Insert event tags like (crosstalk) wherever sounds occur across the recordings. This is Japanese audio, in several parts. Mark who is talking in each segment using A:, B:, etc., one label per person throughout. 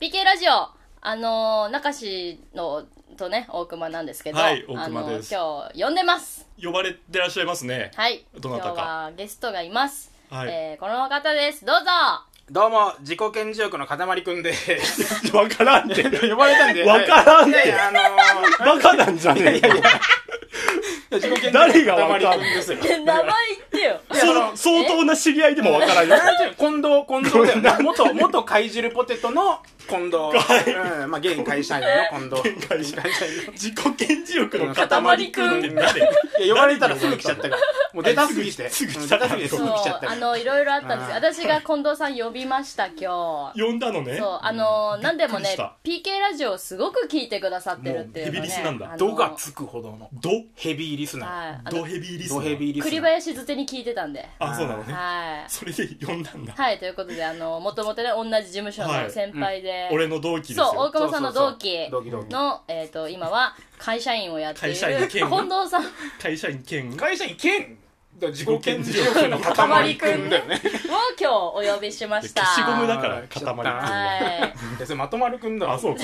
A: BK ラジオあのー、中志のとね大熊なんですけど、
B: はい大熊です
A: あのー今日呼んでます
B: 呼ばれてらっしゃいますね。 (laughs)
A: はい
B: どなたか
A: 今日はゲストがいます、
B: はい
A: えーこの方です
B: (laughs)
A: どうぞ
C: どうも、自己顕示欲の塊くんです。 (laughs)
B: わからんって。
C: 呼ばれたんで。
B: わからん
C: い
B: ね
C: やいや、あのー
B: バカなんじゃねえよ。
C: 自己 (laughs) 顕示欲
B: 誰がわかんの
C: の塊くんですよ。
A: 名前言って
B: (laughs)
A: よ
C: いやそ
B: そ
C: の
B: 相当な知り合いでもわからんよ。
C: なんていうの近藤、近 (laughs) 藤だよね。元、元貝汁ポテトの近藤。 (laughs) うん、まあ、現会社員の近藤。
B: 会
C: (laughs)
B: 社自己顕示欲の塊
A: 塊くん
B: って誰
C: いや、呼ばれたらすぐ来ちゃったから。もう出た (laughs) すぎて。
B: すぐ
C: うん
B: 来
C: 出
B: た
C: たすぎてす
A: そ
C: ぐ
A: う
C: 来ちゃったか
A: あ
C: ら。
A: のいろいろあったんです
C: あ
A: 私が近藤さん呼びました今
B: (laughs)
A: 日
B: 呼んだのね。
A: そうあのー、なんでも
B: びっ
A: ね
B: く
A: PK ラジオすごく聞いてくださってるっていうのね
B: もうヘビリスなんだ
A: あのー
C: 度がつくほどの。
B: ド、
C: ヘビーリスナー。
A: はいあ
B: ド
A: の
B: ヘビーリスナー
C: ドヘビーリスナー。
A: 栗林づてに聞いてたんで
B: あ、そうなのね。
A: はい
B: それで呼んだんだ。
A: はい、ということで、あの、もともとね、同じ事務所の先輩で、
B: 俺の同期です
A: そう、大
B: よ。
C: そう
A: 熊さんの同期
C: そうそう同期同
A: の、えっ、と、今は会社員をやっている、
B: 会社員
A: 近
B: 兼
A: 藤さん
B: 会社員兼
C: 期。。会社員兼、自己顕示欲の塊くんだよ (laughs) ね。
A: を今日お呼びしま
B: (laughs)
A: した。
B: 消しゴムだから
C: あー
B: 塊
C: 来ちゃった
A: はい。
C: いやそれまとまるくんだもん
B: あ、そうか。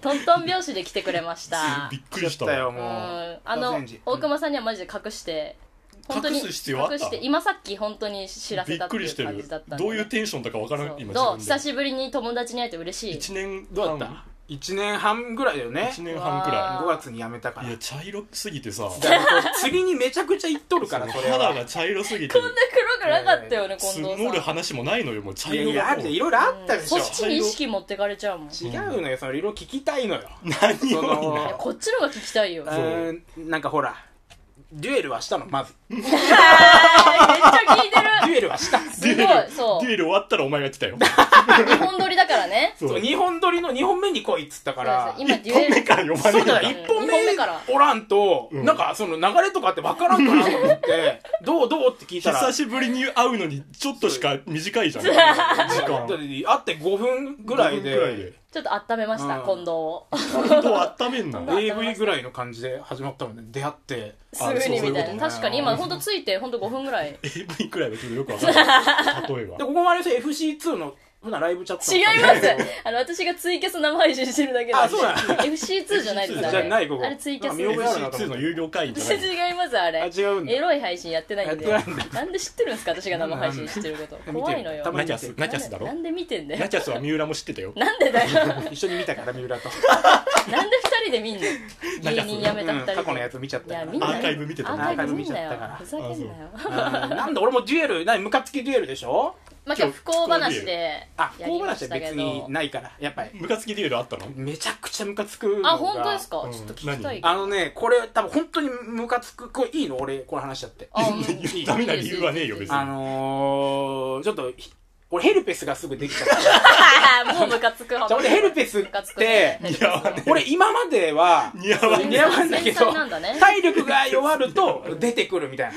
A: トントン拍子で来てくれました
B: び。っくりし
C: 来ちゃった
B: た
C: よ
B: わ。
A: う
C: も
A: ん
C: う、
A: あの
C: ご存知、
A: 大熊さんにはマジで隠して、本当に
B: 隠す必要あった
A: 隠して、今さっき本当に知ら
B: び
A: せた
B: っ
A: って
B: くり
A: い
B: し
A: う
B: て
A: 感
B: る
A: じだった。んで
B: どういうテンションだかわから
A: そう
B: ん、今
A: どう
B: 自分
A: 久
B: で。
A: しぶりに友達に会えて嬉しい。
B: 一年
C: どうだった1年半ぐらいだよね
B: 一年半くら
A: う
C: 5月に辞めたか
B: い。い
C: ら
B: や、茶色すぎてさ、
C: だからこう次にめちゃくちゃ行っとるからそれは
B: 肌が茶色すぎて
A: こん、な黒くなかったよね、近
B: 積
A: 藤
B: もる
A: さん。
B: 話もないのよ、もう茶
C: いや
B: 色
C: いや
B: がも
C: ある
B: う
C: じゃんいろいろあったでし
A: そ
C: ょ、
A: っちに意識持ってかれちゃうもん。
C: 違うのよそのいろいろ聞きたいのよ
B: 何
C: そ
B: を
A: いや
C: の
A: こっちのが聞きたい
B: (laughs)
A: よ。
C: うーんなんかほらデュエルはしたの
B: (laughs)
C: まず
A: めっちゃ聞いて
C: デ
A: る
C: ュエルはした
A: すごいそ
B: デュ
A: う
B: エル終わったらお前が来たよ。
A: 日本撮りだからね
B: そう。
C: 2本撮りの2本目に来いっつったから
A: そう今デュ
B: 一
A: エ
B: 本
A: ル
B: 目から呼ば
C: そ
B: れ
C: うだ
B: る
C: よ
B: ん
A: う
B: だ
A: ん
C: 1本
A: 二本目から
C: 目おらんと、
B: うん
C: なんかその流れとかって分からんかなと思ってどうどうって聞
A: (laughs)
C: いたら
B: 久しぶりに会うのにちょっとしか短いじゃん。時
C: だ
B: 間
C: っ。て会って5分ぐらいで
B: 5分く
A: ちょっと温めました
C: うん
A: 近藤を
B: らいで。本当温めんな。
A: うん
C: AV ぐらいの感じで始まったので出会って
A: すぐにみたいな
C: あそうそういうことね
A: 確かに今本当ついて本当5分ぐら
C: (laughs)
A: い
B: AV くらいだけどよくわかんない。例え
C: で
B: ば。
C: ここもあれですよ FC2 の普段ライブチャット
A: 違いますあの私がツイキャス生配信してるだけ
C: あそうなの
A: FC2 じゃないですあれ
C: じゃないここ
A: あれツイキャス
C: 見覚えあるなと思って
B: FC2 の有料会員じゃ
A: (laughs)
B: ない。
A: 違いますあれ
C: あ違うんだ
A: エロい配信やってないんで
C: やってないん
A: なんで知ってるんですか私が生配信してること
C: 見てる
A: 怖いのよ
C: たま
B: ナ
C: に
B: チャス、ナチャスだろ
A: な。んで見てんだ
B: ナ
A: よ
B: チャスは三浦も知ってたよ。
A: なんでだよ
C: 一緒に見たから三浦と
A: なんで二人で見んの
B: なんか
A: 芸人辞めた
C: う
A: 二
C: ん
A: 人で、
C: 過去のやつ見ちゃっ
A: い
C: た
A: や
C: か
A: みん
C: ら
A: な
B: アーカイブ見てた
A: アーカイブ見たからふざけんなよ
C: うんなんで俺もデュエル何ムカつきデュエルでしょ
A: まあ今日不幸話で
C: あ
A: やり
C: こう
A: ま
C: 話
A: し
C: は
A: た
C: 別
A: け
C: に
A: ど
C: ないからやっぱり
B: ムカつきデュエルあったの
C: めちゃくちゃムカつくのが
A: あ本当ですか
B: うん
A: ちょっと聞きたい
C: あのねこれ多分本当にムカつくこれいいの俺これ話しちゃって
A: あうん
C: いい
B: ダメな理由はねえよ、別に。
C: あのーちょっとひ俺ヘルペスがすぐできちゃ
A: (laughs)
C: った
A: (laughs) もうムカつく
C: じゃあ俺ヘルペスっ
A: ムカつく
C: て
B: 似合わね
C: 俺今までは
B: え。似合わね
C: 似合わんだけ
A: 繊
C: ど
A: (laughs) 細なんだね
C: 体力が弱ると出てくる
A: (laughs)
C: みたいな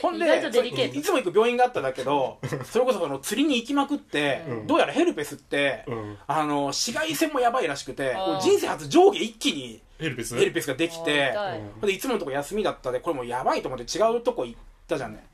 C: ほんで
A: 意外とデリケート
C: いつも行く病院があったんだけどそれこそその釣りに行きまくって、
B: うん
C: どうやらヘルペスって、
B: え。うん。
C: あの紫外線もやばいらしくて
A: あー
C: 人生初上下一気に
B: ヘルペス
C: ヘルペスができて
A: あー痛い
C: ほんでいつものとこ休みだったでこれもうやばいと思って違うとこ行った
B: (laughs)
C: じゃんね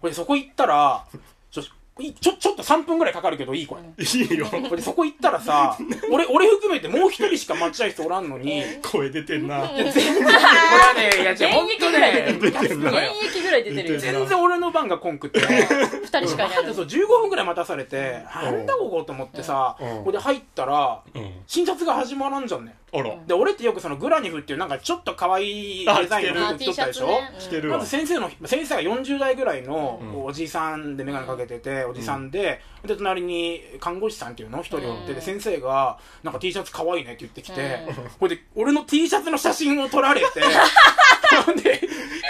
C: これそこ行ったらちょいちょちょっと3分ぐらいかかるけどいいこれ。
B: いいよ。
C: これそこ行った
B: (laughs)
C: らさ、俺、俺含めてもう一人しか待合室おらんのに、
B: 声出て
A: (laughs)
B: んな。
C: これはね、いや、
A: 現
C: 違う、ほん
A: 役
C: と
A: ぐらい
C: ね、
A: 出て
B: て
A: る
B: ん
A: 現
B: な
A: 役ぐらい出てるよ
B: 出てる
C: 全然俺の番がコンクって。
A: 二人しかいないのに
C: そう15分ぐらい待たされて、なんだここと思ってさ、
B: うん
C: ここで入ったら、
B: うん。
C: 診察が始まらんじゃんね。
B: あら。
C: で、俺ってよくそのグラニフっていうなんかちょっと可愛いデザインの
A: あ
C: 服着と
A: T
C: っ
A: シ
C: た
A: ャ
C: でし
A: ツ
C: ょ、
A: ね
B: して
A: うん
B: る
C: ま
B: わ
C: ず。先生の先生が40代ぐらいの
B: うん
C: おじさんで眼鏡かけてて、おじさんでで隣に看護師さんっていうの一人おって、
A: うん
C: で先生が「なんか T シャツ可愛いね」って言ってきて、これで俺の T シャツの写真を
A: (laughs)
C: 撮られてほんで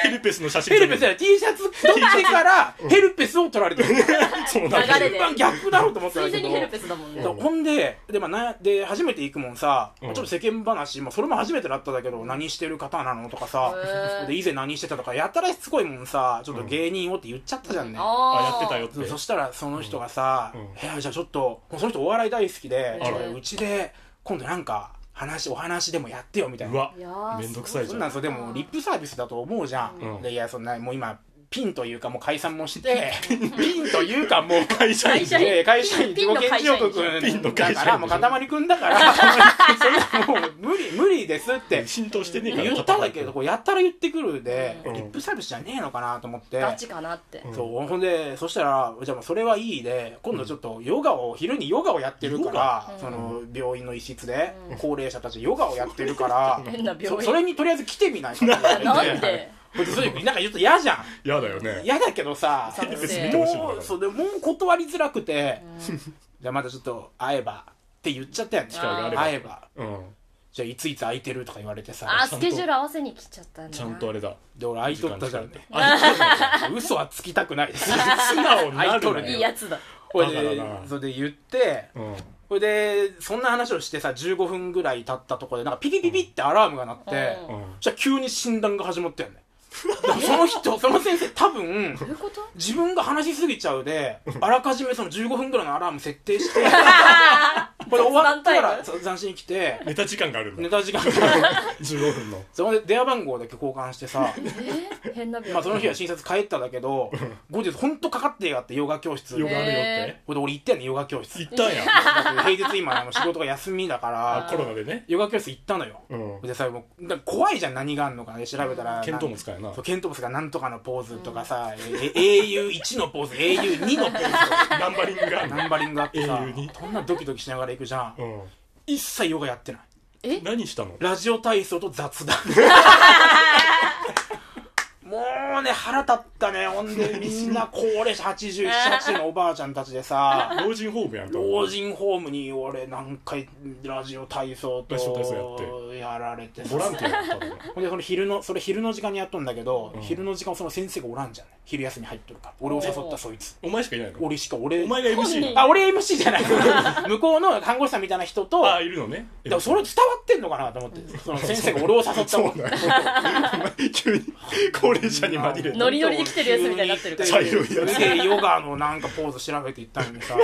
B: ヘルペスの写真
C: ヘ
B: じゃ
C: ル
B: ね
C: ペ
B: え。
C: スや T シャツ撮ってからヘルペスを撮られてる
B: その
A: 流れ
B: 中
A: で
C: 一番逆だろうと思って
A: つ
C: た
A: い
C: んだ
A: で
C: け
A: に
C: ど
A: ヘルペスだもんね
C: そうほんでで,、まあ、なで初めて行くもんさ、
B: うん
C: ちょっと世間話、まあ、それも初めてだったんだけど何してる方なのとかさ
A: へー
C: で以前何してたとかやたらしつこいもんさちょっと芸人をって言っちゃったじゃんね、
B: あ、や
A: あ
B: っ
A: ー
B: てたよっ
C: そうそ
B: て。
C: したらその人がさ「
B: うんうん
C: いやじゃあちょっともうその人お笑い大好きで
B: あら
C: うちで今度なんか話お話でもやってよ」みたいうな
B: わ
A: いやー
B: めんどくさいじ
C: そ
B: ゃ
C: ん
B: ん
C: なんそうでもリップサービスだと思うじゃん、
B: うん
C: でいやそんなもう今ピンというかもう解散もして、ピンというかもう
B: 会社
A: 会
B: 員
A: 社員
B: で
C: えー会社員、
A: ピ
C: 自
A: ンの
C: 己顕
A: 会
C: 示
A: 社員
C: 欲
B: ピンの
C: 君だ
B: 会社員
C: から、もう塊君だから、それはもう無理、無理ですって
B: 浸透してねえから
C: 言ったんだけど、こうやったら言ってくるで、
B: うん
C: リップサービスじゃねえのかなと思って、
A: ガチかなって。
C: そう、ほんで、そしたら、じゃあもうそれはいいで、今度ちょっとヨガを、昼にヨガをやってるから
A: ヨ、ガ
C: その、病院の一室で、高齢者たちヨガをやってるから、
A: 変な病
C: そ
A: 院。
C: それにとりあえず来てみないかって言われ
A: (laughs) なん
C: て
A: で
C: ほんでそれなんかちょっと嫌じゃん。
B: 嫌だよね
C: 嫌だけどさ
A: フィリピンス見て
B: ほしいもん
C: もうそうでもう断りづらくて、じゃあまたちょっと会えばって言っちゃったよね
A: 機会があ
B: れば
C: 会えば
B: うん
C: じゃあいついつ空いてるとか言われてさ
A: あ、
B: ちゃ
A: ス
B: んと
A: ケジュール合わせに来ちゃったんだ。
B: ちゃんとあれだ
C: で俺空いとったじゃん
B: 時間
C: 嘘はつきたくないです
B: (laughs) 素直になるない
A: い
B: よ
A: やつだ。
C: ほいで
B: バカだな
C: それで言って
B: うん
C: ほいでそんな話をしてさ15分ぐらい経ったところでなんかピピピピってアラームが鳴って、
A: うん
B: うん
C: じゃあ急に診断が始まったよねその人 (laughs) その先生多分
A: どういうこと
C: 自分が話しすぎちゃうで、あらかじめその15分ぐらいのアラーム設
B: (laughs)
C: 定して、これ終わったら
A: 雑談
C: そう斬新に来て、
B: ネタ時間があるん
C: ネ
B: だ
C: タ時間
B: (laughs) 15分の
C: そこで電話番号だけ交換してさ、
A: え変な病院。
C: まあその日は診察帰ったんだけど、
B: (laughs)
C: 後日ほんとかかってやがってヨガ教室。
B: ヨガあるよって
A: へ
C: これで俺行ったよね、ヨガ教室。
B: 行ったんや
C: だって平日今あの仕事が休みだか
B: あ
C: ら、
B: コロナでね
C: ヨガ教室行ったのよ。
B: うん
C: でさ、もうだから怖いじゃん、何があんのかね、調べたら。
B: 見当もつかないな
C: そう、ケントモスがなんとかのポーズとかさ、え英雄1のポーズ、英雄2のポーズとか。
B: ナンバリングがある
C: ナンバリングあってさ
B: 英雄に、
C: そんなドキドキしながら行くじゃん。
B: の
C: 一切ヨガやってない。
B: うん何したの
C: ラジオ体操と雑談。もうね、腹立ったね。ほんで、みんな高齢者87、8のおばあちゃんたちでさ、
B: 老人ホームやんか
C: 老人ホームに俺何回ラジオ体操
B: ラジオ体操
C: とやられてさ
B: ボランティアやん多分
C: ほんで、その昼の、それ昼の時間にやっとんだけど、昼の時間その先生がおらんじゃん。昼休み入っとるから。俺を誘ったそいつ。
B: お前しかいないの
C: 俺しか俺、
B: お前が MC
C: あ、俺 MC じゃない。向こうの看護師さんみたいな人と、
B: ああいるのね
C: でもそれ伝わってんのかなと思って、その先生が俺を誘っ
B: (laughs)
C: た
B: そ
C: も
B: うなんやお前急に高齢者に紛
C: (laughs)
B: れて
A: ノリノリで来てるやつみたいになってるから
B: 茶色いやつ
C: それでヨガのなんかポーズ調べていったのにさ、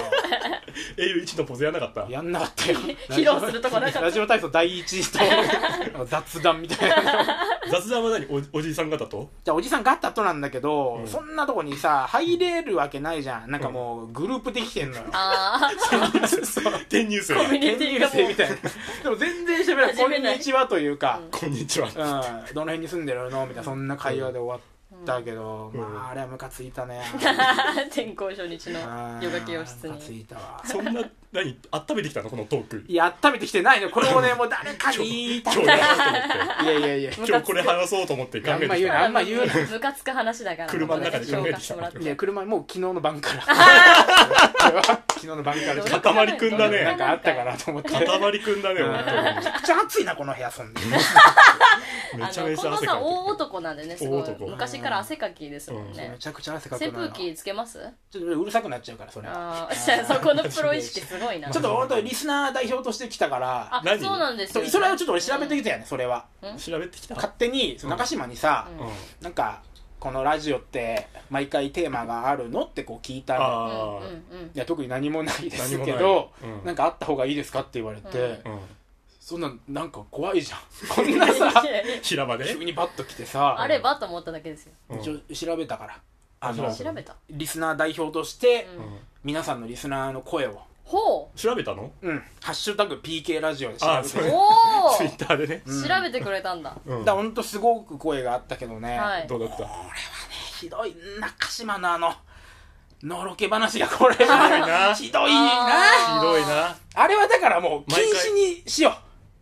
B: 英雄一のポーズやんなかった
C: やんなかったよ。
A: 披露するとこなかった
C: ラジオ (laughs) 体操第一と雑談みたいな。
B: 雑談は何おおじいさん方と
C: じゃあおじさんガッタとなんだけど、
B: うん
C: そんなとこにさ、入れるわけないじゃん。なんかもうグループできてんのよ。
A: あ
B: 転入生
A: あ、コミュニティがも
C: みたいな。でも全然喋らない。
A: 始
C: こ
A: め
C: ん
A: ない
C: にちはというか。
B: こんにちは
C: うん、どの辺に住んでるのみたいなそんな会話で終わったけど、
B: うん
C: まああれはムカついたね
A: う、転校初日の
C: あー
A: ヨガ教室
C: ムカつ
A: に。
C: いたわ
B: そんな何温めてきたのこのトーク
C: いや温めてきてないのこれをねもう誰かに言いた
B: 今日
C: い
B: やろうと思って
C: (laughs) いやいやいや
A: ム
B: 今
A: カ
B: 日
A: つ
B: これ話そうと思って考えて
C: あんま
B: き
C: 言う
B: た
C: なあんま言うな
A: くムカつく話だから。
B: 車の中で考
A: 紹
B: えてきた
A: 介してもらって
C: いや車もう昨日の晩から昨日の晩からちょっ
B: 塊くん (laughs) だ
C: と
B: ね
C: なんかあったかなと思って
B: 塊くんだね
C: うんめ
B: 本
C: ちゃくちゃ暑いなこの部屋そんで
B: 当に
A: あ
B: め
A: の
B: ちゃめち
A: 近
B: ゃ
A: 藤
B: 汗
A: さん
B: かい
A: 大男なんでねすご
B: 大
A: い
B: 男
A: 昔から汗かきですもん
C: め
A: ね
C: ちゃくちゃ汗かく
A: 扇
C: な
A: 風機つけます
C: ちょっとうるさくなっちゃうからそれ
A: あ
C: は
A: あそこのプロ意識すごいな
C: ちょっと本当にリスナー代表として来たから
A: あ
B: 何
A: そうなんです
C: そ
A: よ
C: うそれはちょっと俺調べてきたよねそれは
B: て調べてきた
C: 勝手にその中島にさ、
A: うん
B: うん
C: なんかこのラジオって毎回テーマがあるのってこう聞いたんだよ
A: うんうん
B: あ
A: うん
C: いや特に何もないです
B: 何
C: け
B: も
C: ど
B: な
C: ない
B: うん
C: んかあった方がいいですかって言われて、
A: うん
B: あうん
C: そんなんなんか怖いじゃ (laughs) んこんなさ
B: 平場で
C: 急にバッと来てさ
A: あればと思っただけですよ
B: うん
C: 一応調べたからあの
B: 調
A: 調べた
C: リスナー代表として、
A: うん
B: うん
C: 皆さんのリスナーの声を
A: ほ
B: 調べたの
C: 「うん、ハッシュタグ #PK ラジオ」で調
B: あ
C: べ
B: そ
C: て
A: う
B: う
C: だか
A: おお
B: ツイッターでね
A: 調べてくれたん
B: (laughs)
A: だ
B: うん
C: ら
B: ど
C: ほんとすごく声があったけどね、
A: はいう
B: だった
C: ひどい中島のあののろけ話がこ
B: (laughs)
C: れ
B: ひどいな
C: はひどいな
A: あー
B: ひどいな
C: あれはだからもう禁
B: 毎回
C: 止にしよ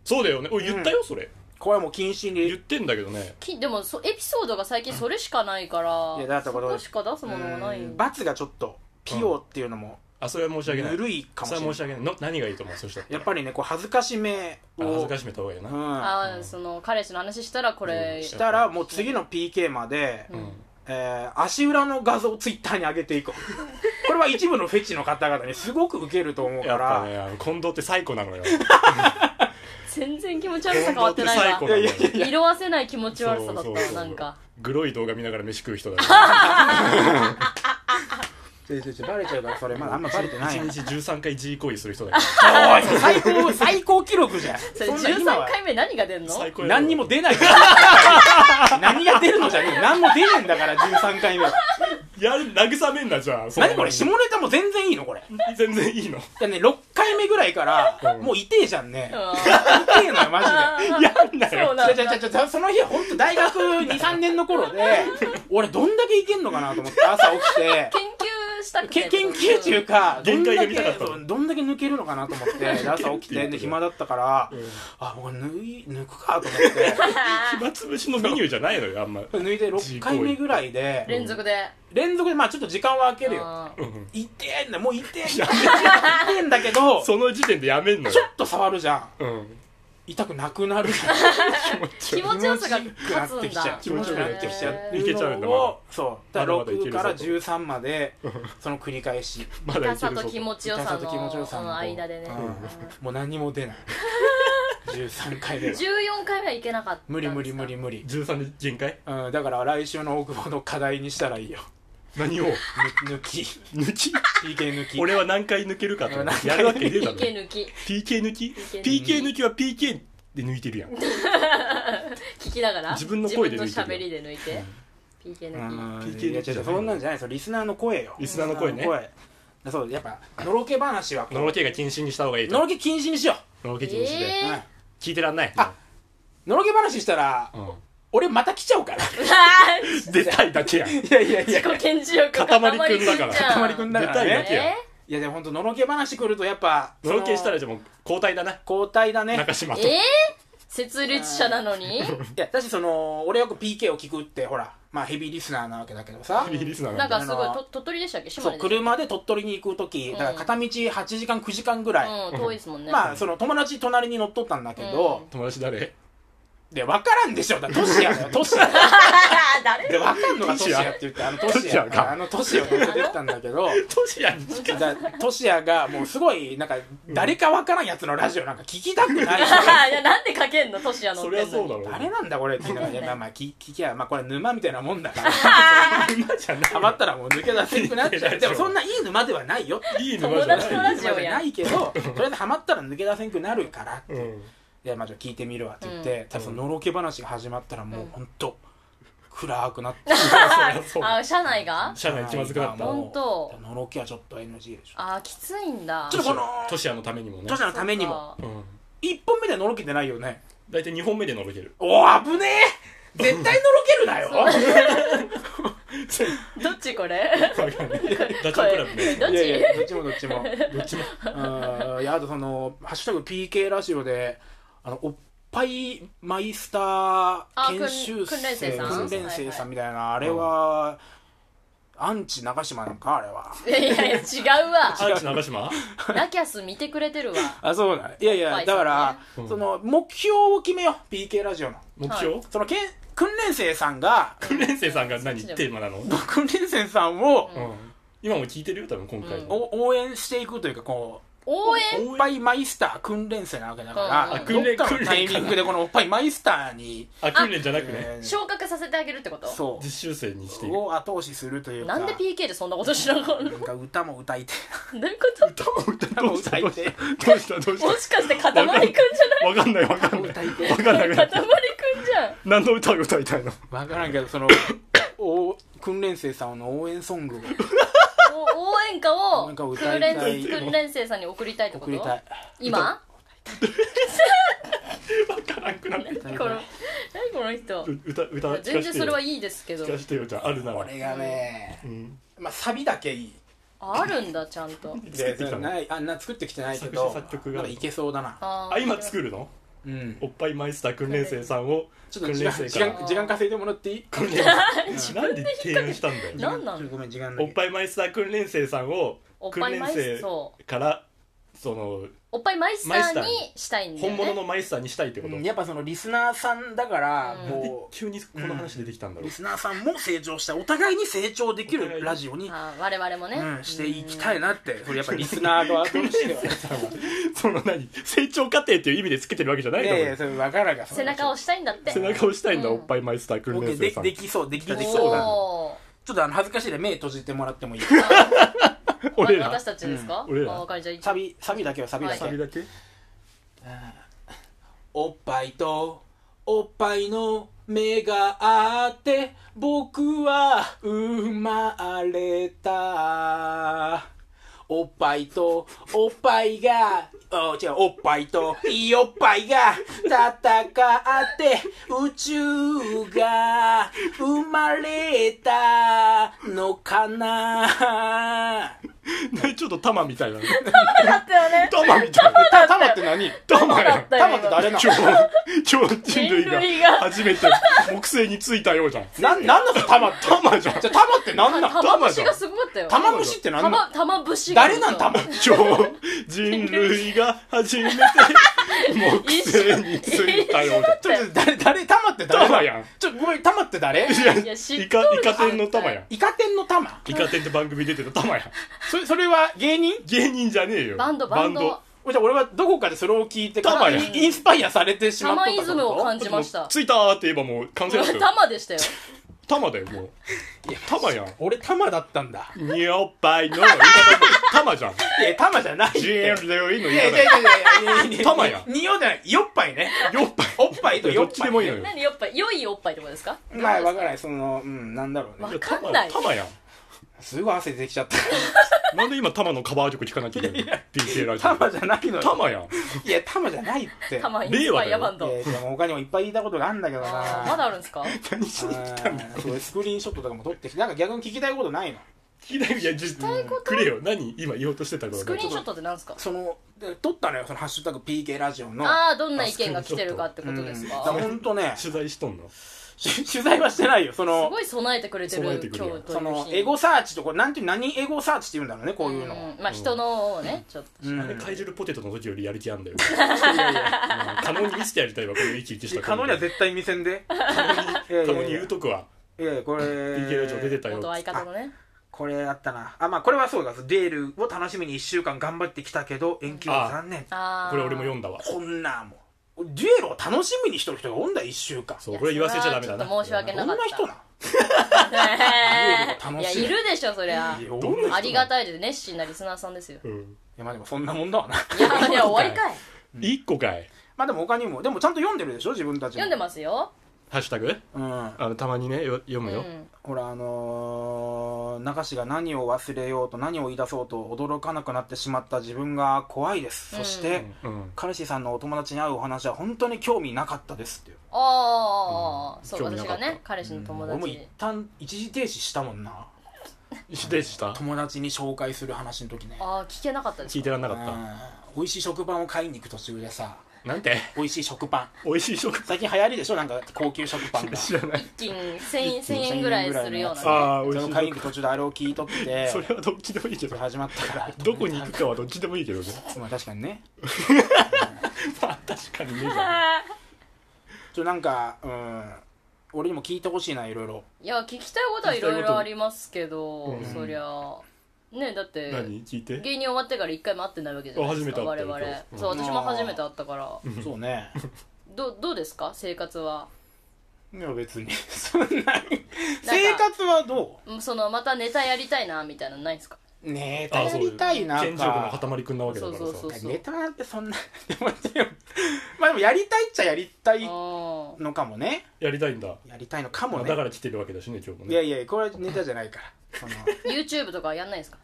B: そうだよね俺言ったよそれ
C: うこれはもう禁止
B: 言っ
C: に
B: てんだけどね
A: きでもそエピソードが最近それしかないから、
C: いやだってこれ
A: そこしか出すものがない
C: うん罰がちょっとピオっていうのも
B: あそれは申し
C: ぬ
B: 訳ない
C: るいかも
B: それ
C: し
B: は申
C: れない
B: し訳ないの何がいいと思うそしたら
C: やっぱりねこう恥ずかしめ
B: あ恥ず
C: を
B: かしめた方がいいよな
A: あー、
B: うん
A: その彼氏の話したらこ
C: う
A: れ
C: ん、したらもう次の PK まで、
A: うん
C: えー足裏の画像をツイッターに上げていこ (laughs) うこれは一部のフェチの方々にすごくウケると思う
B: や
C: か
B: っぱ
C: ら、
B: ねあの近藤って最高なのよ
A: 全然気持ち悪さ変わってないわ
B: 近藤って最古なのよ
A: 色褪せない気持ち悪さだった
B: そうそう
A: わ
B: そう
A: なんか
B: グロい動画見ながら飯食う人だよ
C: ちょいちょいちょいバレちゃうからそれまだあんまバレてない
B: 1
C: よ
B: 日13回 G 行為する人だから
C: おい最 (laughs) 高最高記録じゃん
A: それ
C: んな今
A: 13
C: は
A: 回目何が出んの
B: 最高やな
C: 何にも出ない何が出るのじゃねえ何も出ねえんだから13回目は
B: やる慰めんなじゃあそんな
C: 何これ下ネタも全然いいのこれ
B: 全然いいの
C: だね6回目ぐらいから
B: うん
C: もう痛えじゃんね
A: う
C: 痛えのよマジで
A: ん
B: やんな
A: そ
B: よ
A: うなん
C: 違う違う
A: だ
C: 違う違うその日本当大学23年の頃で俺どんだけいけんのかなと思って朝起きて
A: 研究したく
C: け
A: て
C: 研究中かどん
B: 限界
C: だ
B: が
C: け
B: 見たかったの
C: どんだけ抜けるのかなと思ってで朝起きてで暇だったからあもう抜い抜くかと思っ
B: 暇つぶしのメニューじゃないのよあんま
C: て抜いて6回目ぐらい
B: (laughs)
C: で
A: 連続で
C: 連続でまあちょっと時間は空けるよ
A: あー
B: うん
C: 痛えんだもう痛えんだ痛えんだけどち
B: (laughs)
C: ょ
B: その時点でやめんのよ
C: っと触るじゃん
B: うん
C: 痛くなくなるじゃん
A: 気持ちよさが勝
C: 気持ちよくなって
A: つん
C: きちゃ
A: だ
C: う
B: 気持ちよくなってきちゃう
A: へー
B: いけちゃうんだまだ
C: をそうだから
B: まだまだいけ
C: 6
B: るぞ
C: から
B: と
C: 13
B: (laughs)
C: までその繰り返し
B: まだ
A: 痛
B: いけ
A: さ
B: るぞ
A: と気持ちよ
C: 痛
A: さ
C: さと気持ちよ
A: の
C: さ
A: そ
C: の
A: の間でね
C: うんもう何も出
A: (laughs)
C: ない13回目は
A: 14回目はいけなかった
C: 無理無理無理無理、
B: 13で限界
C: うん、だから来週の大久保の課題にしたらいいよ
B: 何を
C: ぬ抜き
B: 抜き
C: PK 抜き
B: 俺は何回抜けるかと思って
C: 何
B: や
C: 回
B: るわけねえだろ
A: PK 抜き
B: PK 抜き
A: PK 抜き
B: PK 抜きは PK で抜いてるやん
A: 聞きながら
B: 自分の声で抜いてる
A: 自分の喋りで抜いて PK
C: う
A: 抜
C: ん
B: PK
C: いや違う違うそんなんじゃないそれリスナーの声よ
B: リスナーの声ね
C: リスナーの声そうやっぱのろけ話はこう
B: のろけが禁止にした方がいい
C: の
B: と
C: ろけ禁止にしよ
B: のろけ
A: き
B: 禁止で
C: う、
A: え
C: うん
A: ー
B: 聞いてらんない
C: あのろけ話したら
B: うん
C: 俺また来ちゃうから
A: うわー
B: 出たいだけやん
C: いやいやい
A: 自
C: や
A: 己顕示欲
B: 塊くんだから
C: たまりくんだから
B: 出たい
C: ね
B: ね
A: え
C: いやでもほんとのろけ話来るとやっぱ
B: のろけした
C: ら
B: らじゃあもう交代だな
C: 交代だね
B: 中島
A: ー
B: と
A: えー設立者なのに
C: いや、だしその、俺よく PK を聞くって、ほら、まあヘビーリスナーなわけだけどさ、
B: リリースなの
A: なんかすごい
C: あの
A: と鳥取でしたっけ島
C: そ
A: 根
C: う、
A: でしたっ
C: 車で鳥取に行くとき、だから片道8時間、9時間ぐらい、
A: けうん遠いですもんね
C: まあ、その友達隣に乗っとったんだけど、
B: 友達誰
C: で、わからんでしょ、だからトシ
B: (laughs)
C: ヤだよ、トシヤ。
A: (laughs) 誰 (laughs)
C: で、わかんのがトシヤって言って、あのトシヤ
B: トシヤか
C: あのトシヤを乗ってったんだけど、
B: トシヤ
C: だトシヤがもうすごい、なんか、誰かわからんやつのラジオなんか聞きたくない。
A: いやなんで書けんのトシヤの
B: そりゃそうだろう
C: 誰なんだこれって言いながらいや、まあまあ聞聞きゃ、まあこれ沼みたいなもんだから。
B: 沼じゃ
C: ハ
B: な
C: マったらもう抜け出せなくなっちゃうでもそんないい沼ではないよ
B: いいい沼じゃ
A: 友達の
B: ない
A: ラジオやん
C: いい沼じゃないけどとりあえずハマったら抜け出せなくなるからって、
B: う
C: い
B: ん
C: やまあじゃあ聞いてみるわって言って、多分そののろけ話が始まったらもうほんと暗くなって、
B: そう
A: あ社内が
B: 社内気まずくなった
C: もう
A: 本当
C: のろけはちょっと NG でしょ
A: あーきついんだ
C: ちょっとこの
B: トシヤのためにもね
C: 著者のためにも
B: うん
C: 1本目でのろけてないよね
B: 大体2本目でのろけ
C: (laughs)
B: る
C: おお危ねえ絶対のろけるなよ
A: どっちこれ
B: わかんないダチ
A: こ
B: ョウク
A: れ
B: ラブね
A: どっ
C: いやいや
A: ち
C: どっちもどっちも
B: どっちも
C: うんいやあとその「ハッシュタグ #PK ラジオで」あのおっぱいマイスター研修
A: あ訓訓練生
B: さん
C: 訓練生さんみたいな、あれは、アンチ長島なんかあれはい
A: やいや違うわ
B: アンチ長島
A: ラキャス見てくれてるわ
C: あそうだいやい
A: おっぱ
C: や
A: いさん
C: だ
A: ね
C: から、
B: うん
C: その目標を決めよう PK ラジオの
B: 目標
C: そのけん訓練生さんが (laughs)
B: 訓練生さんが何テーマなの
C: 訓練生さんを、
A: うん
B: うん今も聞いてるよ多分今回
A: うん
B: の
C: お応援していくというかこう
A: 応援
C: おっぱいマイスター訓練生なわけだから、
A: うんあ
B: 訓練
C: どっかのタイミングでこのおっぱいマイスターに、
B: あ訓練じゃなくね
C: えー
A: 昇格させてあげるってこと
C: そう
B: 実習生にしている
C: を後押しするという
A: な
C: か
A: んで PK でそんなことしながらどうい
C: なんか歌も歌
B: (laughs)
C: いて
A: うこと
B: 歌を歌
C: 歌
B: ど
C: も
B: うした
C: 歌
B: ど
C: いう
B: して
C: て
B: どうしたどうし
A: もしかして塊くんじゃない
B: たわかんないわかんない
C: 歌いて
B: わかんなくな
A: 塊
B: った
A: くんじゃん
B: 何の歌を歌いたいの
C: 分からんけど (laughs) そのお訓練生さんの応援ソングを
A: お応援歌を
C: なんか歌
A: 訓
C: いたい
A: 練訓練生さんに送りたいってこと
C: 送りたい
A: 今
B: わからんくなってき
A: この何この人
B: た歌歌聞かせて
A: 全
B: よ
A: 然それはいいですけど
B: 聞かせてよじゃああるな
C: こ
B: ら
C: れがね、
B: うん
C: まあ、サビだけいい
A: あるんだちゃんと
B: 作ってきたの
C: ないあんな作ってきてないけ
B: 作
C: ど
B: 詞作曲が
C: なんかいけそうだな、
A: あ
B: あ
A: ー
B: 今作るの
C: うん、
B: おっぱいマイスター訓練生さんを
C: ちょっと
B: 訓
C: 時
B: 練
C: 間
B: 生
C: 時
B: から
C: 間時間稼いでもらっていい
B: 訓練生なんで提案したんだよ
A: 何な
C: ちょっと
A: の
C: ごめん時間だ
B: おっ
C: け
B: ぱいマイスター訓練生さんを
A: おっ
B: 訓
A: ぱい
B: 練
A: マイス
B: 生
A: そう
B: からその
A: おっぱいマイスターにしたいんだよ
B: 本
A: ね
B: 物のマイスターにしたいってこ
C: う
B: と
C: んやっぱそのリスナーさんだから、
A: うん
C: も
B: 急にこの話出てきたんだ
C: う
B: ろ
C: リ
B: う
C: スナーさんも成長したお互いに成長でき
B: お互い
C: る
B: に
C: ラジオに、
A: あー我々もね
C: うん、していきたいなってそれやっぱリスナー側として (laughs) は
B: (laughs) その何成長過程っていう意味でつけてるわけじゃない
C: い
B: んだ
C: や
B: も
C: いや
B: ん
C: それ分からんが
A: 背中を押したいんだって
B: 背中をしたいんだ
A: うん
B: おっぱいマイスター訓
C: OK
B: 練
C: で
B: 生さん
C: できそうでき
A: お
C: で
A: ー
C: きそうだなちょっとあの恥ずかしいで目閉じてもらってもいい
B: 俺
A: わ
B: ら
A: 私たちですか、
B: うん俺ら
A: あわかりじゃあ一
C: サビサビだけはサビだけ、
B: サビだけ
C: おっぱいとおっぱいの目があって僕は生まれたおっぱいとおっぱいがあ違うおっぱいといいおっぱいが戦って宇宙が生まれたのかな
B: ね (laughs) ちょっと玉みたいなね。
A: 回だったよね
B: 玉みたいな。
C: (laughs) た玉って何
B: 玉やん。
C: 玉って誰な
B: 超
C: の、
B: 超人類
A: 人類
B: が
A: が
B: 初めて木星に着いたようじゃん。
C: なんなんなの玉って
B: 玉じゃん。
C: じゃあ玉ってなんなの
A: 玉虫がすごかったよ
C: 玉虫って何なの
A: 玉玉節が
C: 誰なん玉
B: 超人類が初めて木星に着いたようじゃん。
C: ちょっと誰誰玉って誰
B: 玉やん。
C: ちょごめん玉って誰
A: いや知っとる
B: イカ、イカ天の玉やん。
C: イカ天の玉
B: イカ天って番組出てた玉やん。
C: それそれは芸人
B: 芸人じゃねえよ。
A: バンドバンド
C: じゃあ俺はどこかでそれを聞いて
B: 玉やん
C: インインスパイアされてしまった
A: 玉イズムを感じました
B: 着いたーって言えばもう完成だ
A: (laughs)
B: よ。
A: 玉でしたよ
B: 玉だよ、もう。玉やん。
C: 俺玉だったんだ
B: におっぱいの言い方も玉じゃん。
C: いや玉じゃない
B: 人
C: って
B: 類の
C: い
B: 言
C: や
B: い
C: い
B: 方
C: やい
B: や
C: やいやいや
B: 玉やん
C: におじゃないよっぱいね
B: ん。よっぱい。
C: おっぱいとよ
B: ど
C: っ
B: っち
C: ぱ
B: で
C: い
B: もいいのよ。
A: 何おっぱい良いおっぱいってことですか
C: まあわからないそのうんなんだろうね
A: わかんない
B: や玉玉やん。
C: すごい汗出てきちゃった
B: なんで今玉のカバー曲聴かなきゃいけないの ?BK ラジ
C: (laughs) 玉
B: オ。
C: じゃないのよ
B: 玉やん。
C: いや玉じゃないって
A: 玉イン
B: 令
A: ス
B: 和
A: パ
B: だ
A: イ
B: よ
A: アバンド
C: いやでも他にもいっぱい言いたことがあるんだけどな
A: あーまだあるんですか
B: 何しに来たの
C: うんそうスクリーンショットとかも撮ってきてなんか逆に聞きたいことないの
B: 聞きたいいや、実くれよ。何今言おうとしてたこと
A: スクリーンショットってなんですか
C: そので撮ったのよその「ハッシュタグ #PK ラジオの」
A: ああーどんな意見が来てるかってことですか、
C: うんだらほんと (laughs) ね
B: 取材しとんの
C: し取材はしてないよそ
A: す
C: の
A: ごい備えてくれてる
B: 備えてくれる
A: 今日という日
C: そのエゴサーチとこれなんていう何エゴサーチって言うんだろうねこういうの
A: んまあ人のをねちょっと
C: うん
B: あれ、
C: い
B: 怪獣ポテトの時よりやる気あんだよ。
C: やいやいや
B: うん可能に見せてやりたいわ、このイチイチした
C: (laughs) 可能には絶対見せんで可
B: 可能に言うとくわ。
C: いやいやこれ
B: BK ラジオ出てたよ。
A: 元相方のね
C: これだったなあまあこれはそうだデールを楽しみに1週間頑張ってきたけど延期は残念
A: ああ
B: これ俺も読んだわ。
C: こんなもんデュエルを楽しみにしてる人がおんだ1週間
B: そう、これ言わせちゃダメだな。
A: いやそれはちょっと申し訳
C: ど
A: なんかっ
C: な
A: た
C: 人なん
A: ね
C: 楽
A: えいや
C: しい
A: いるでしょそりゃ
C: いやお
B: どんな人
A: ありがたいです熱心なリスナーさんですよ
B: うん。
C: いやまあでもそんなもんだわな (laughs)
A: いやいや終わりかい
B: 一個かい。
C: まあでも他にもでもちゃんと読んでるでしょ自分たちも
A: 読んでますよ
B: ハッシュタグ
C: うん
B: あの、たまにね、よ読
A: う
B: むよ。
A: ん
C: ほらあのー、中志が何を忘れようと何を言い出そうと驚かなくなってしまった自分が怖いです、
A: うん
C: そして、
B: うん。
C: 彼氏さんのお友達に会うお話は本当に興味なかったですっていう
A: ああそう
B: 興味な
A: 私
B: か
A: が
B: った
A: ね彼氏の友
C: 俺も
A: 達
C: 一旦一時停止したもんな
B: でした
C: 友達に紹介する話の時ね
A: ああ聞けなかったです
B: 聞いてらんなか
C: う
B: っ
C: ん美味しい食パンを買いに行く途中でさ
B: た。なんて
C: 美味しい食パン
B: 美味しい食
C: 最近流行りでしょなんか高級食パンが
B: 知らない。
A: 一斤1000 1000円ぐらいするようなね
B: ああ、美
C: そ
B: 味
C: れ
B: し
C: も
B: い
C: 買いに
B: 食
C: 行く途中であれを聞いとって
B: それはどっちでもいいけど。
C: 始まったから
B: どこに行くかはどっちでもいいけどね。
C: まあ確かにね
B: まあ、確かにねえじゃん。
C: ちょなんかうん俺にも聞いてほしいないろいろ
A: いや聞きたいことはいろいろありますけど
B: うん
A: そりゃねだって
B: 何聞いて
A: 芸人終わってから一回も会ってないわけじゃないですか
B: あ初め
A: 我
B: て会
A: 々
B: ったよ今日
A: そう
C: うん
A: 私も初めて会ったから
C: そ
B: (laughs)
C: うね
A: どうどうですか生活はい
C: や別にそんなに生活はど
A: うんそのまたネタやりたいなみたいなのないですか
C: うネタ
B: あ
C: や
B: そう
C: りたいな
B: 権
C: ん
B: 力の
C: か
B: 塊くんなわけだからさ。
A: そうそうそう
C: ネタなんてそんなでもでもまあでもやりたいっちゃやりたい
A: あ
C: のかもね
B: やりたいんだ。
C: やりたいのか
B: ま
C: も
B: あ
C: ね
B: だから来てるわけだしね、今日も
C: い
B: ね。
C: やいやこれはネタじゃないからその
A: ー YouTube とかやんないですか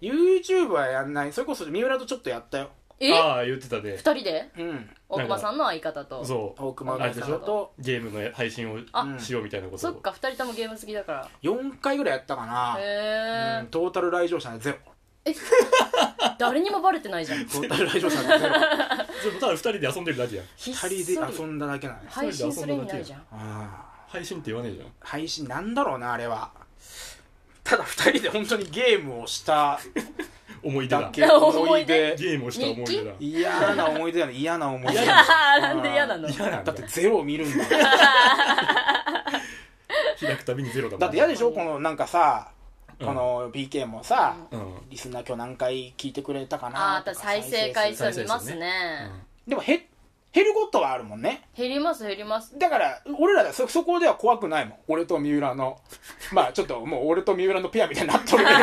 C: YouTube はやんないそれこそ三浦とちょっとやったよ
A: え二
B: ああ、言ってたね。
A: 人で
C: うん
A: 大久保さんの相方と
B: そう。
C: 大熊
B: あ
C: の
B: れでし
C: さん
B: ょ
C: と
B: ゲームの配信を
A: あ
B: しようみたいなことを。
A: そっか二人ともゲーム好きだか
C: 4回ぐらいやったからな
A: へ
C: うんトータル来場者ゼロ
A: え誰にもバレてないじゃん
C: トータル来場者ゼロ
B: それただ二人で遊んでるだけやん。
A: ひっそり
C: (laughs) 二人で遊んだだけ (laughs) なんです
A: 配信する意味ないじゃん
C: あ
B: 配信って言わねえじゃん。
C: ー配信なんだろうなあれはただ2人で本当にゲームをした
B: 思い出
C: だ
B: だ。
C: け
A: (laughs) 思
C: 思
A: い
C: い
A: 出
C: 出
B: ゲームをした思い出だ。
C: (laughs) 嫌な思い出だね嫌な思い出だね
A: あなんで (laughs) 嫌なの
B: 嫌なんだ
C: だって。ゼロを見るんだ (laughs) も
B: 開くたびにゼロだも
C: ん
B: ん。
C: だって嫌でしょこのなんかさ
B: うん
C: この BK もさ
B: うん。
C: リスナー今日何回聞いてくれたか
A: あ
C: な
A: ー
C: と
A: た
C: か
A: 再生回数
B: 再生数
A: 見ますね
B: うん
C: でも減っ減ることはあるもんね
A: 減ります減ります
C: だから俺らそそこでは怖くないもん俺と三浦の (laughs) まあちょっともう俺と三浦のペアみたいになっとる
A: (laughs)
C: けど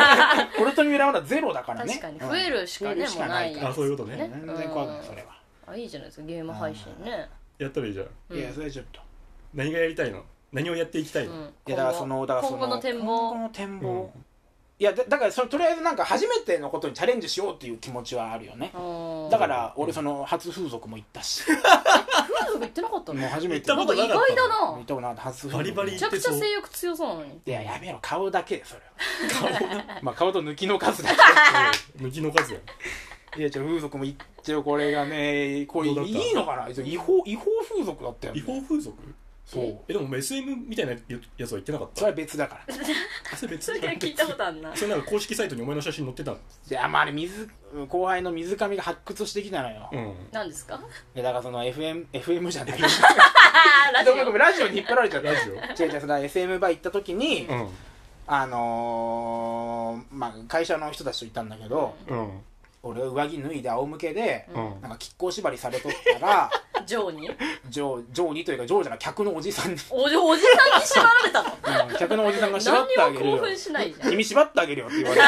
C: 俺と三浦はまだゼロだからね
A: 確かに
C: うん
A: 増えるしかね
C: 増えるしかないから
A: も
B: あそういうことね
A: ね
C: 全然怖くないそれは、
A: あいいじゃないですかゲーム配信ね
B: やったらいいじゃん
A: うん
C: いやそれはちょっと
B: 何がやりたいの何をやっていきたい
A: うん
B: の、
C: いやだからそのだからそ
A: 今後の展
C: 今後
A: 望
C: の展
B: う
C: 望
B: ん
C: いやだだからそのとりあえずなんか初めてのことにチャレンジしようっていう気持ちはあるよね
A: うん
C: だから俺その初風俗も行ったし
A: 風俗行ってなかったの
C: もう初めて
B: 行
A: な
B: っ
A: んか意外だな
C: 見たことなかった初風俗
B: バリバリ
A: めちゃくちゃ性欲強そうなのに
C: いややめろ顔だけそれ
A: (laughs)
C: は顔まあ顔と抜きの数だけ
B: 抜きの数やん
C: いやじゃあ風俗も一応これがねこれい
B: どうだった
C: いのかな違法違法風俗だったよ、ね、
B: 違法風俗
C: そう
B: えでも SM みたいなやつは言ってなかった
C: それは別だから
B: あそれ別
A: それ
B: に
A: 聞いたことあんな
B: それなんか公式サイトにお前の写真載ってたの
C: いやまああれ水後輩の水上が発掘してきたのよ、
B: う
C: い
B: ん
A: 何ですか
C: やだからその FM, FM じゃない
A: あーラジ
C: ごめんご
A: オ
C: めんラジオに引っ張られちゃった
B: ラジオ
C: 違う違うその SM バー行った時に、
B: うん
C: あのーまあ、会社の人たちと行ったんだけど、
B: うん
C: 俺は上着脱いで仰向けで、
B: うん
C: なんか亀甲縛りされとったら
A: ジョーに
C: ジョージョーにというかジョーじゃない客のおじさんに、
A: おじおじさんに縛られたの (laughs)
C: うん客のおじさんが縛ってあ
A: 何
C: げ
A: に
C: る
A: も興
C: よ
A: 奮しないじゃん
C: 君縛ってあげるよって言われ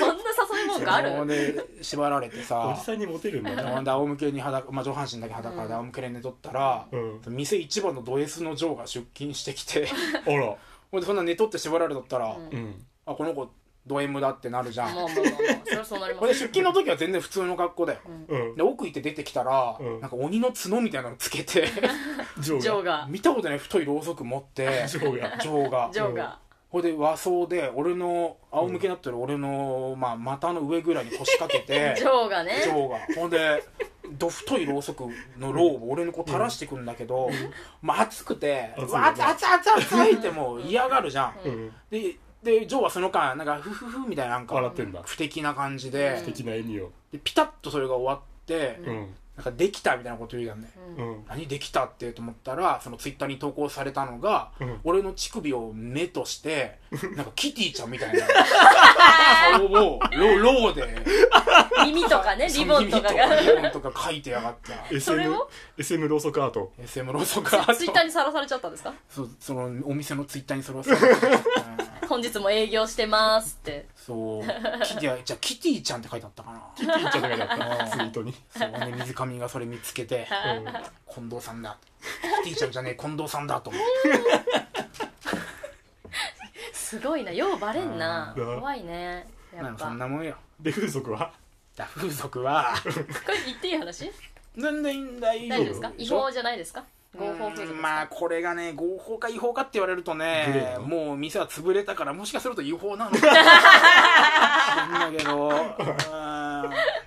A: そんな誘い文
C: て
A: 句ある
C: もうね縛られて
B: お
C: さ
B: じさんにモテるんだな
C: ほんで仰向けに裸、まあ、上半身だけ裸で仰向けで寝とったら、
B: うん
C: 店一番のド S のジョーが出勤してきて
B: あら
C: ほんでそんな寝とって縛られとったら、
A: うん
B: うん
C: あこの子ド M だってなるじゃん
A: まあまあまあまあそれはそうなりま
C: ほん
A: す
C: で出勤の時は全然普通の格好だよ
B: うん
C: で奥行って出てきたら、
B: うん
C: なんか鬼の角みたいなのつけて
B: ジョ
A: ジョー
B: ーが
A: が
C: (laughs) 見たことない太いろうそく
A: (laughs)
C: 持って
B: ジョーが
C: ジョーが
A: ジョーが
C: ほいで和装で俺の仰向けになってる俺の、まあ、股の上ぐらいに腰掛
B: (laughs)
C: けて
A: ジョーが
C: ジョ
A: ね
C: ーがほんでど太いろうそくのろうを俺にこう垂らしてくんだけど、まあ熱くて「
B: 熱いよね
C: わ熱い熱い熱い熱い」ってもう嫌がるじゃ
B: う
C: ん
B: ん
C: ででジョーはその間なんかフフフみたいななん
B: 笑
C: か
B: ってんだ
C: 不敵な感じで
A: うん
B: 的な笑みを
C: でピタッとそれが終わって、
B: うん
C: なんかできたみたいなこと言うじゃんね
B: うん
C: 何できたってと思ったらそのツイッターに投稿されたのが、
B: うん
C: 俺の乳首を目としてなんかキティちゃん
B: (laughs)
C: みたいな顔をロローで
A: 耳とかねリボンとか
C: その
A: が
C: 耳とかリボンとか書いてやがっ
B: (laughs)
C: た
A: それ
B: SM
A: を
B: SM ローソクアート
C: SM ロソか
A: (laughs) ツイッターにさらされちゃったんですか
C: そうそのお店のツイッターにそれをされてたうん
A: 本日も営業してますって
C: そうキティじゃあキティちゃんって書いてあったかな
B: キティちゃんがやったツイートに
C: そうね水上がそれ見つけて
B: うん
C: 近藤さんだキティちゃんじゃねえ近藤さんだと思って
A: すごいなようバレんな
B: うん
A: 怖いねや
C: なん
A: っ
C: かそ
A: ぱ
C: んなもんよ
B: で風俗は
C: だ風俗は
A: これ言っていい話
C: 全然
A: (laughs)
C: 大
A: 大丈夫
C: 丈夫
A: ですか違法じゃないですか合法風俗です
C: う
A: か
C: んまあこれがね合法か違法かって言われると
B: グレー
C: ね
B: なの
C: もう店は潰れたからもしかすると違法
A: (laughs)
C: なのかもしれないけどうーん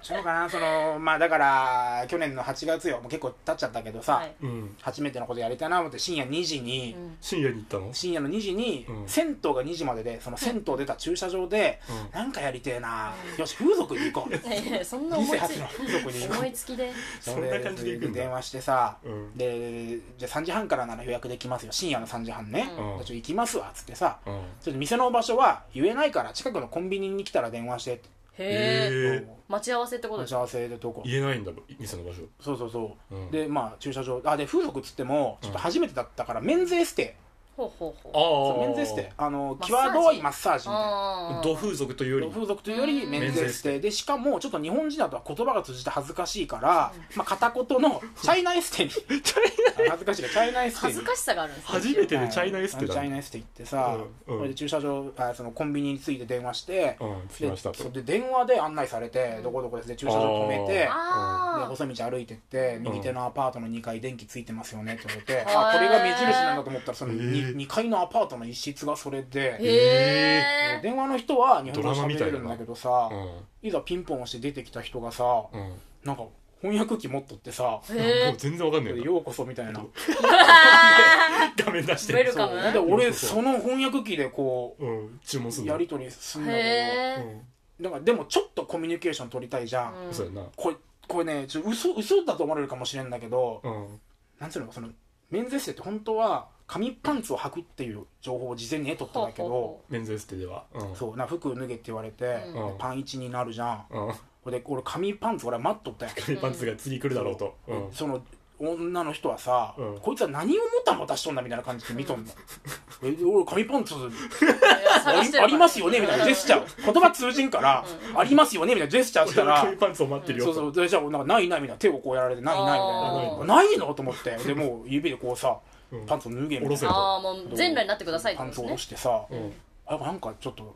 C: そうかなそのまあだから去年の8月よもう結構経っちゃったけどさ、
A: はい
B: うん
C: 初めてのことやりたいな思って深夜2時に、
A: うん
B: 深夜に行ったの
C: 深夜の2時に、
B: うん
C: 銭湯が2時まででその銭湯出た駐車場で、
B: うん
C: なんかやりてえな、よし風俗に行こう
A: いやいやそんな思
C: 店
A: いつ
C: 初の風俗に
A: き
C: 行こう
A: 思いつきで
B: そんな感じで行くんだ
C: 電話してさ、
B: うん
C: でじゃあ3時半からなら予約できますよ深夜の3時半ね、
A: うん
C: じゃあちょっと行きますわっつってさ、
B: うん
C: ちょっと店の場所は言えないから近くのコンビニに来たら電話してって、
A: へえ
B: へえ
A: 待ち合わせってこと
C: 打
A: でし
C: ち
A: ょ
C: 合わせでどこ
B: 言えないんだろ店の場所
C: そうそうそう、
B: うん
C: でまあ駐車場あで風俗っつってもちょっと初めてだったから、免税ステ
A: ほうほうほう
C: イ
B: あ
C: そう免税ステイあの
A: マッサージ
C: 際どいマッサージみたいな
A: あー
B: 土風俗というより
C: 風俗というより
A: うん
C: 免税ステイでしかもちょっと日本人だとは言葉が通じて恥ずかしいから、まあ、片言のチャイナエス
B: (laughs)
C: テにチャイナ恥ずかしいからチャイナエステに
A: 恥ずかしさがあるんですね
B: 初めてでチャイナエステ
C: チ
B: だ
C: ャイナエステ行ってさ、
B: うんうん
C: それで駐車場あそのコンビニについて電話して、
B: うん着き
C: で
B: ましたと
C: そうで電話で案内されて、
A: うん
C: どこどこですね駐車場止めてで
A: ああ
C: 細道歩いてって
B: ん
C: 右手のアパートの2階電気ついてますよねって言われて、
A: ー
C: あこれが目印なんだと思ったらその 2,、
B: へー
C: 二階のアパートの一室がそれで、
A: へえ
C: 電話の人は日本語
B: ドラマみ
C: 喋
B: た
C: れ
B: いだな
C: るんだけどさ、
B: うん
C: いざピンポン押して出てきた人がさ
B: うん
C: なんか翻訳機持っとってさ「
A: へ
B: もう
A: え
B: 全然わかんない
C: で
B: んだ
C: ようこそ」みたいな
B: 画面出し
A: ウェ
B: て
A: ルカム
C: そうで俺
B: そう
C: その翻訳機でこ
B: うん注文す
C: うん
B: だ
C: やり取りすんだけ
A: へ
C: ど。
B: う
A: え
B: ん
C: だからでもちょっとコミュニケーション取りたいじゃん、
B: そうやな
C: これこれねちょ嘘嘘だと思われるかもしれんだけど、
B: うん
C: なんつうのその免税生って本当は紙パンツを履くっていう情報を事前に得とったんだけど
B: 免税ステではうん
C: そうな服脱げって言われて、
A: うん
C: でパン1になるじゃん
B: うん
C: これで俺紙パンツ俺は待っとったやん
B: 紙パンツが次来るだろうとうん
C: その女の人はさ、
B: うん
C: こいつは何を持ったまたしとんだみたいな感じで見とんの、え俺紙パンツあ
A: 探して
C: り
A: る
C: ありますよねみたいなジェスチャー言葉通じんから、ありますよねみたいなジェスチャーし
B: (laughs)
C: たら
B: 紙パンツを待ってるよ
C: そうそうでじゃあなんかないないみたいな手をこうやられてないないみ
A: あ
C: た
A: ー
C: いなないのと思ってでもう指でこうさ
B: うん
C: パンツを脱げみたい
B: 下ろせ
C: な
A: ああもう全裸になってくださいって
C: パ
A: こ
C: ンツ
A: とで
C: を下ろ
A: すね
C: してさ、
B: うん
C: あなんかちょっと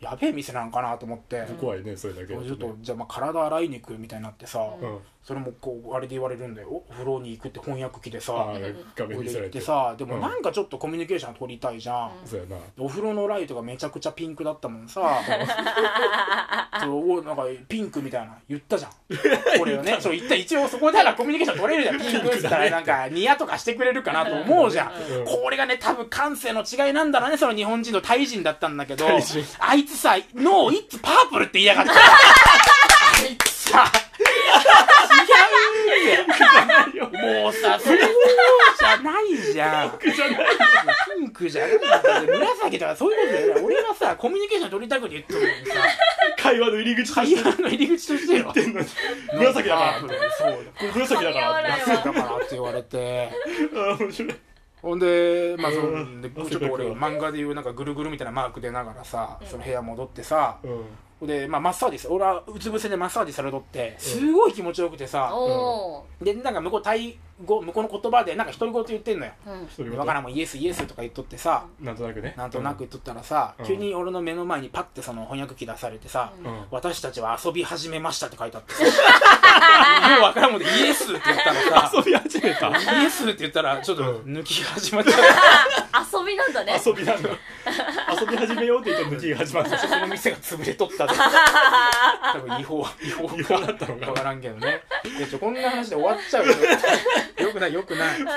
C: やべえ店なんかなと思って、
B: 怖いねそれだけだね
C: ちょっとじゃあまあ体洗いに行くみたいになってさ、
B: うん
C: それもこうあれで言われるんだよおお風呂に行くって翻訳機でさ
B: ああ画面
C: 俺
B: 見せら
C: 行っ
B: れ
C: て
B: て
C: さで
B: う
C: も
B: ん
C: なんかちょっとコミュニケーション取りたいじゃん、
B: そうやな
C: お風呂のライトがめちゃくちゃピンクだったもん (laughs) さそうおなんかピンクみたいな言った (laughs) じゃんこれをねそう言った一応そこでらコミュニケーション取れるじゃんピンクって言ったらなんかニヤとかしてくれるかなと思うじゃん
B: うん
C: これがね多分感性の違いなんだろうねその日本人とタイ人だったんだけど
B: タイ人
C: あいつさ「ノーイッツパープル」って言いやがった (laughs) あいつさ違うんだよもうさそれそうじゃないじゃんピンクじゃないんだよ紫とかそういうことだよね俺がさコミュニケーション取りたくて言ってるのにさ
B: 会話の入り口と
C: 会
B: して
C: 話の入り口として (laughs) よ
B: 言ってんのに (laughs) 紫だから
C: (laughs) そ
B: こ
C: う
B: (laughs)
C: だ
B: れ紫だか (laughs)
A: 髪
B: ら
A: 笑
B: あ
A: い
C: 紫だからって言われて
B: ー面白い
C: ほんでまあそう
B: うん
C: でちょっと俺漫画でいうなんかぐるぐるみたいなマーク出ながらさその部屋戻ってさ
B: うん
C: ほんでまあマッサージさ俺はうつ伏せでマッサージされとってすごい気持ちよくてさ
A: お
C: でなんか向こうタイ語向こうの言葉でなんか独り言言ってんのよ
A: ーうん
B: それ
C: で
B: ごと
C: わからんもんイエスイエスとか言っとってさ
B: なんとなくね
C: なんとなく言っとったらさ、
B: うん
C: 急に俺の目の前にパッてその翻訳機出されてさ、
B: うんうん
C: 私たちは遊び始めましたって書いてあっ
B: (laughs)
C: てさもうわからんもんでイエスって言ったらさ
B: 遊び始めた
C: イエスって言ったらちょっと
B: うん
C: 抜きが始まっちゃ
A: 遊びなんだね
B: 遊びなんだ遊び始めようって言ったら抜きが始まった
C: うその店が潰れとったで多分違法違法
B: 違法だったのか
C: わからんけどねいやちょこんな話で終わっちゃうよよくないよくないいや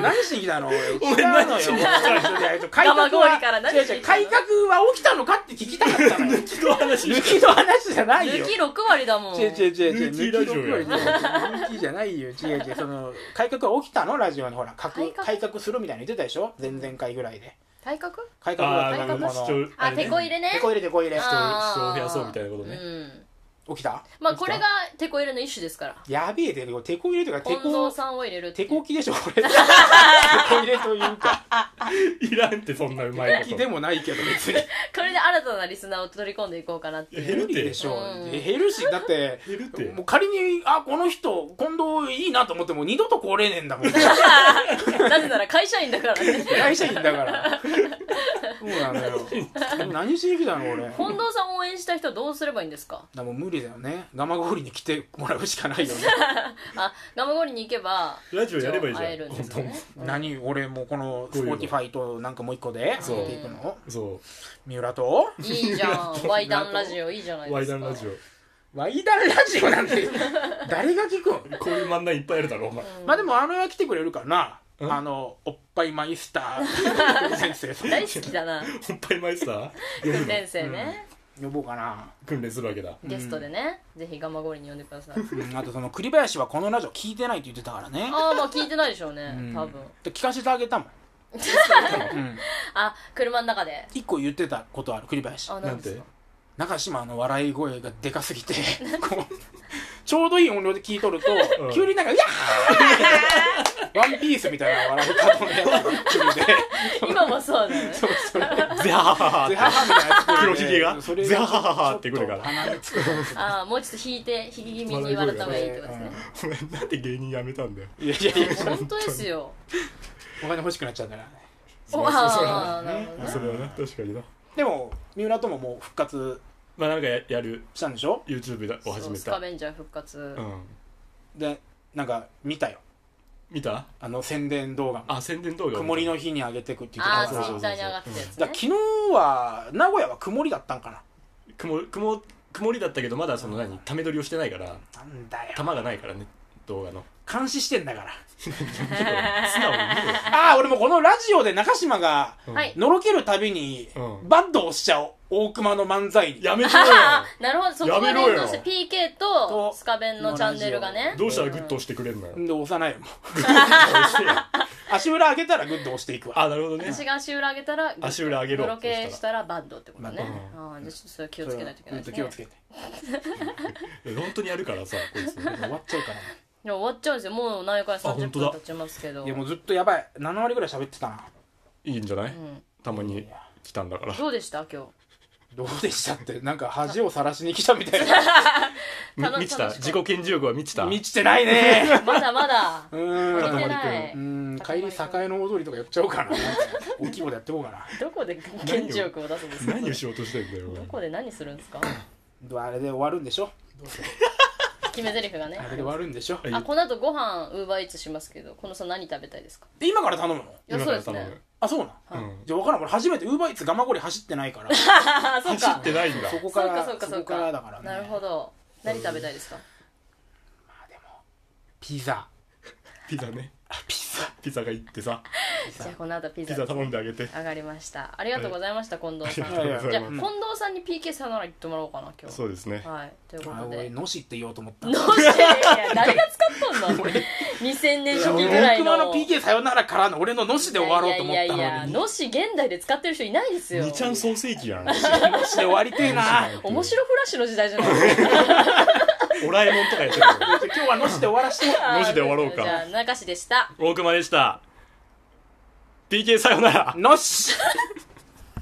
C: 何しに来たの
B: お
C: 違
B: 前
C: うの
B: 何
C: よ
B: しに来
C: 改
A: ガ
C: 革は
A: マゴリから何し
C: 違う
A: に来た
C: 違
A: の
C: う改革は起きたのかって聞きたかっ
B: (laughs)
C: たのよ
B: 抜きの話
C: 抜きの話じゃないよ
A: 抜き6割だもん
C: 違う違う違う違う
B: 抜きラジオや
C: 抜きの声抜きじゃないよ違う違うその改革は起きたのラジオにほら革改
A: 改
C: 革
A: 革
C: するみたいに言ってたでしょ前々回ぐらいで
A: 体格
C: 改革
B: あ
C: は
B: あ
C: 起
B: な
C: き
B: んか
C: たの
B: ね主
C: こ
B: 張
A: あ
B: れね
A: テこ入れね
C: の手こ入れ手こ入れ
A: あ
B: 人を増やそうみたいなこと
A: う
B: ね
A: ん
C: 起きた
A: まあこれがテこ入れの一種ですから
C: やべえで手こ入れとか手
A: 近
C: こ
A: 藤さんを入れるって
C: 手
A: いう
C: こきでしょこ
A: (laughs)
C: れ手こ入れという
B: (laughs)
C: か
B: いらんってそんなうまい
C: 手こき
B: こ
C: で
B: と
C: もないけど別に
A: これで新たなリスナーを取り込んでいこうかなっていう
B: 減るっ
C: 無理
B: て
C: でしょ
A: うん
C: 減るしだって
B: 減るって
C: もう仮にあこの人近藤いいなと思っても二度と来れねえんだ
B: (laughs)
C: もん
A: なぜなら会社員だから
C: (laughs)
A: ね
C: 会社員だからそうなの
B: (laughs)
C: よ何しに来たの俺
A: 近藤さんを応援した人どうすればいいんですか
C: だからもう無理だよねガマゴリに来てもらうしかないよね
A: (laughs) あガマゴリに行けば
B: ラジオやればいいじゃん
A: 会えるんですよね
C: 何俺もうこの
B: どう
C: ス
B: いう
C: ポ
B: の
C: ティファイとなんかもう一個で
B: そう
C: やっていくの
B: そ
C: 三浦と
A: いいじゃんワイダンラジオいいじゃな
B: う
A: い
B: ワ
A: で
B: イ
A: す
B: ダ
A: か
B: ンラジオ
C: ワイダンラジオな
B: (laughs)
C: んて誰が聞く
B: こ
C: ん
B: ういう漫談いっぱいあるだろお前
C: まあでもあのは来てくれるからな
B: うん
C: あのおっぱいマイスター先生
B: (laughs)
A: 大好きだな
B: おっぱいマイスター呼ぶの
A: 先生ね、
C: 呼ぼうかな、
B: 訓練するわけだ
A: ゲストでねぜひガマゴリに呼んでください
C: うん、あとその栗林はこのラジオ聞いてないって言ってたからね
A: ああまあ聞いてないでしょうね、
C: うん
A: 多分
C: で聞かせてあげたもん、うん、
A: あ車の中で
C: 一個言ってたことある栗林
A: あ
B: な
A: なんんです
B: て
A: か
C: 中島の笑い声がでかす
B: (laughs)
C: ぎてこうちょうどいい音量で聞いとると、
B: うん
C: 急になんか「いや
B: (laughs)
C: ー!」ワンピースみたいな笑い方のやつが来るで
A: 今もそうだよ
B: (laughs)
A: ね
C: そうそれ
B: ゼハハハ
C: ゼハハみたいなやつ来る
B: 黒
C: で
B: ひげが
C: それ
B: ゼ (laughs) ハハハってくるから
C: 鼻につく
A: ああもうちょっと引いて引き気味に笑った方がいいってことですね
B: お前なんで芸人辞めたんだよ
C: いやいやいや
A: 本当ですよ
C: お金欲しくなっちゃうからね
A: おああなるほど
B: そ
A: ね
B: れはな確かにな
C: でも三浦とももう復活
B: まあなんかややる
C: したんでしょ
B: YouTube だを始
A: そう
B: め
A: スカ
B: た
A: ベンジャー復活、
B: うん
C: でなんか見たよ
B: 見た
C: あの宣伝動画も
B: あ宣伝動画
C: 曇りの日に上げてくって言って
A: あ
C: た
A: あ
C: か
A: ツイ
C: ら
B: そうそう
A: ッターに上がってたやつ
C: だ
A: ね
C: から昨日は名古屋は曇りだったんかな
B: 曇曇曇りだったけどまだその何ため撮りをしてないから
C: なんだよ
B: 玉がないからね動画の
C: 監視してんだから
B: 素直に
C: ああ俺もこのラジオで中島が
B: 見ろよ
A: はい
C: のろけるたびに
B: うん
C: バッドをしちゃおう大熊の漫才に
B: やめてよ
A: あなるほどそこが
B: やめ
A: 連
B: ろ
A: 動
B: よ
A: して PK と
C: と
A: スカベンのチャンネルがね
B: どうしたらグッと押してくれんのよ
C: で押さないよもう
B: 押してよ
C: 足裏上げたらグッと押していくわ
B: あなるほどね
A: 私が足裏上げたらグッ
B: 足裏上げろ
A: ブロケしたらバッドってことね、
B: う
A: ああじゃあちょっとそれは気をつけないといけない
C: そ
A: で
C: れはうん気を
A: す
C: つ
A: ね
C: けて
B: 本当にやるからさこいつ
C: 終わっちゃうから
A: いや終わっちゃうんですよもう何回
B: あ
A: 30
B: 本当
A: 分
B: だ
A: 経ちますけど
C: いやもうずっとやばい7割ぐらい喋ってたない
B: いんじゃない、
A: ん
B: たまに来たんだから
A: どうでした今
C: どうでしたってなんか恥をさらしに来たみたい
A: 日楽
B: み満ちた
A: 楽しか
B: 自己顕示欲は満ちた
C: な満ちてないね
A: まだ (laughs) まだ足
C: う
A: り
C: ーん
A: てない
C: うん帰り栄の踊りとかやっちゃおうかな (laughs) 大きいことやってこうかな
A: どこで顕示欲を出すんですか
B: 何をしようとしてんだよ
A: どこで何するんですか
C: どうあれで終わるんでしょ
A: 決め台詞がね
C: あれで終わるんでしょ
B: はい
A: あこの後ご飯ウーバーイーツしますけどこのさん何食べたいですか
C: (laughs) で今から頼むの
A: いや
B: 今
A: そう
B: か
A: で
B: ら
A: す
B: 頼む
A: ね
C: あそうなん
B: う
A: はい
B: ん
C: じゃあ分からんこれ初めてウーバーイーツガマゴリ走ってないから
A: ああそう
B: 走っ
A: か
B: てないんだ
C: そこ
A: そ
C: か
A: うからそうかそう
C: こからだか
A: から
C: ね
A: なるほど何食べたいですか
C: まあでもピザ
B: ピザね
C: あピザ
B: ピザが行ってさ
A: じゃあこの後ピ
B: ピ
A: ザ
B: ザ頼んであげて
A: 上がりましたありがとうございました近藤さん
B: あ
A: じ
B: りがとうござ
A: ゃ
B: い
A: あ近
B: ます
A: 藤さんに PK さよなら言ってもらおうかな今
B: (laughs) そうですね
A: 日はいというこ
C: あ
A: と
C: 俺
A: で
C: のしって言おうと思った
A: どうしていや誰が使っとんの2000年初期ぐらい
C: 僕
A: の
C: のの PK さよならからの俺ののしで終わろうと思っ
A: いや
C: た
A: いや
C: の
A: い
C: に
A: やのし現代で使ってる人いないですよ
B: 二ちゃん創世記やん
C: のしで終わりてえな
A: 面白フラッシュの時代じゃないですか
B: オラえもんとかやってるよ
C: 今日はのしで終わらして
B: のしで終わろうか
A: じゃあ中志でした
B: 大熊でした PK さよなら
C: (laughs) のし